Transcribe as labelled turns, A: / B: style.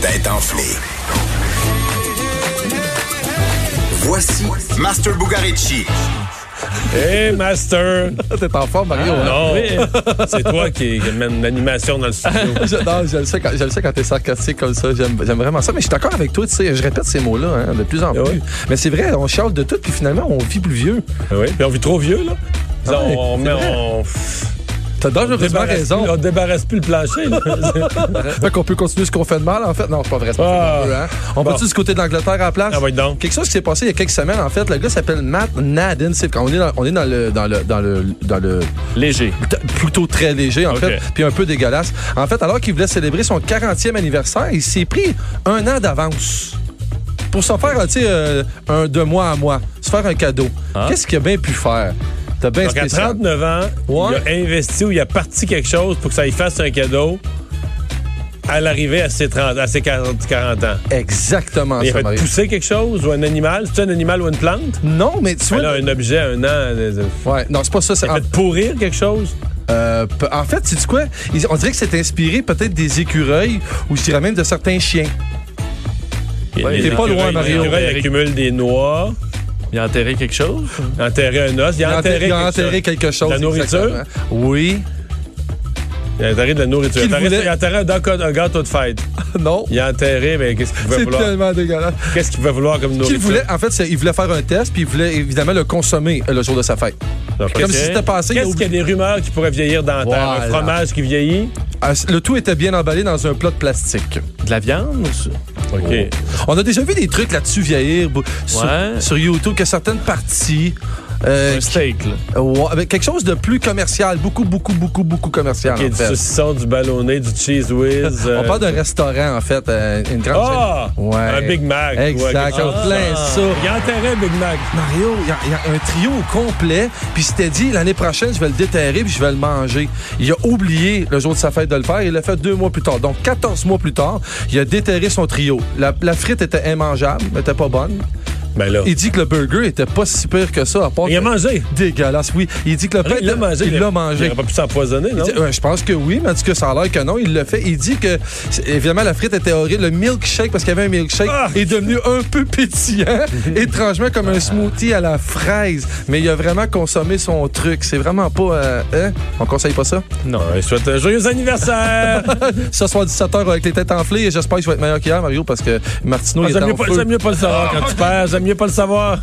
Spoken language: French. A: tête enflée. Voici Master Bugarici.
B: Hey, Master!
C: T'es en forme, Mario. hein?
B: Non! C'est toi qui qui mène l'animation dans le studio.
C: Je, non, je le sais quand, je le sais quand t'es sarcastique comme ça. J'aime j'aime vraiment ça. Mais je suis d'accord avec toi, tu sais. Je répète ces mots-là hein, de plus en plus.
B: Oui.
C: Mais c'est vrai, on chiale de tout, puis finalement, on vit plus vieux.
B: Ah Oui. Puis on vit trop vieux, là. Disons,
C: Ah oui,
B: on,
C: c'est
B: met-
C: vrai.
B: on-
C: T'as dangereusement
B: débarrasse
C: raison.
B: plus- on débarrasse plus le plancher. là.
C: Fait qu'on peut continuer ce qu'on fait de mal, en fait. Non, c'est pas vrai. c'est pas
B: Ah.
C: vrai, hein. On
B: Bon.
C: va-tu du côté de l'Angleterre à la place?
B: Ah, va être donc.
C: Quelque chose qui s'est passé il y a quelques semaines, en fait. Le gars s'appelle Matt Nadin. C'est quand on est dans, on est dans le, dans le, dans le, dans le
B: Léger.
C: T- plutôt très léger, en
B: Ok.
C: fait, puis un peu dégueulasse. En fait, alors qu'il voulait célébrer son 40e anniversaire, il s'est pris un an d'avance pour se faire, tu sais, euh, un de mois à mois, se faire un cadeau.
B: Ah.
C: Qu'est-ce qu'il a bien pu faire? T'as bien
B: Donc, à
C: spécial.
B: 39 ans,
C: Ouais.
B: il a investi ou il a parti quelque chose pour que ça lui fasse un cadeau à l'arrivée à ses, 30, à ses 40, 40 ans.
C: Exactement
B: il a
C: Ah, ça,
B: fait
C: Mario.
B: pousser quelque chose ou un animal. C'est un animal ou une plante?
C: Non, mais tu vois...
B: Elle a un objet à un an. euh,
C: Ouais, non, c'est pas ça. c'est-
B: Ben Il a
C: en,
B: fait pourrir quelque chose?
C: euh, p- en fait, sais-tu quoi? Ils- on dirait que c'est inspiré peut-être des écureuils ou si ramène de certains chiens.
B: Il
C: t'es pas loin, Mario.
B: Il accumule des noix. Il a enterré quelque chose? Enterré un os. Il a enterré,
C: il a enterré
B: quelque chose.
C: quelque chose.
B: La nourriture?
C: exactement. Oui.
B: Il a enterré de la nourriture.
C: Qu'il
B: Il a enterré-
C: voulait.
B: il a enterré un, doc- un gâteau de fête.
C: Non.
B: Il a enterré, mais qu'est-ce qu'il pouvait
C: C'est
B: vouloir?
C: tellement dégueulasse.
B: Qu'est-ce qu'il pouvait vouloir comme
C: qu'il
B: nourriture?
C: voulait, en fait, c'est- il voulait faire un test, puis il voulait évidemment le consommer euh, le jour de sa fête.
B: Donc,
C: Comme
B: qu'est-ce
C: si
B: qu'il-
C: c'était passé, il a
B: Qu'est-ce qu'il y a des rumeurs qui pourraient vieillir dans la terre?
C: Voilà.
B: Un fromage qui vieillit?
C: Euh, c- Le tout était bien emballé dans un plat de plastique.
D: De la viande? ou-
C: Oh,
B: OK.
C: On a déjà vu des trucs là-dessus vieillir bou- sur,
D: Ouais.
C: sur YouTube, que certaines parties. euh,
D: Un steak, là.
C: qui- ouais, avec quelque chose de plus commercial, beaucoup, beaucoup, beaucoup, beaucoup commercial.
B: Qui est
C: en
B: du
C: fait.
B: saucisson, du ballonné, du cheese whiz.
C: On
B: euh,
C: parle d'un restaurant, en fait, euh, une grande
B: Ah!
C: chaîne. Ouais.
B: Un Big Mac. ouais,
C: Exact,
B: quelque chose. Ah!
C: en plein ça.
B: Il a enterré un Big Mac.
C: Mario, il y, a- il y a un trio au complet, puis il s'était dit l'année prochaine, je vais le déterrer puis je vais le manger. Il a oublié le jour de sa fête de le faire, il l'a fait deux mois plus tard. Donc 14 mois plus tard, il a déterré son trio. La, la frite était immangeable, n'était pas bonne.
B: Ben là.
C: Il dit que le burger était pas si pire que ça, à part
B: Il a
C: que-
B: mangé.
C: dégueulasse, oui. Il dit que le pain
B: Il l'a
C: était-
B: mangé.
C: Il l'a
B: Il
C: mangé.
B: n'aurait pas pu s'empoisonner, non?
C: Il dit- euh, je pense que oui, mais en tout cas, ça a l'air que non. Il le fait. Il dit que, c'est- évidemment, la frite était horrible. Le milkshake, parce qu'il y avait un milkshake,
B: Ah!
C: est devenu un peu pétillant, étrangement comme un smoothie à la fraise. Mais il a vraiment consommé son truc. C'est vraiment pas. euh, hein? On conseille pas ça.
B: Non. Il souhaite un joyeux anniversaire.
C: Ce soir, 17h, avec les têtes enflées. Et j'espère que je vais être meilleur qu'hier, Mario, parce que Martineau,
B: Ah,
C: il est
B: J'aime
C: en
B: mieux, pas-
C: feu.
B: j'aime mieux pas le savoir quand tu perds. J'aime mieux pas le savoir.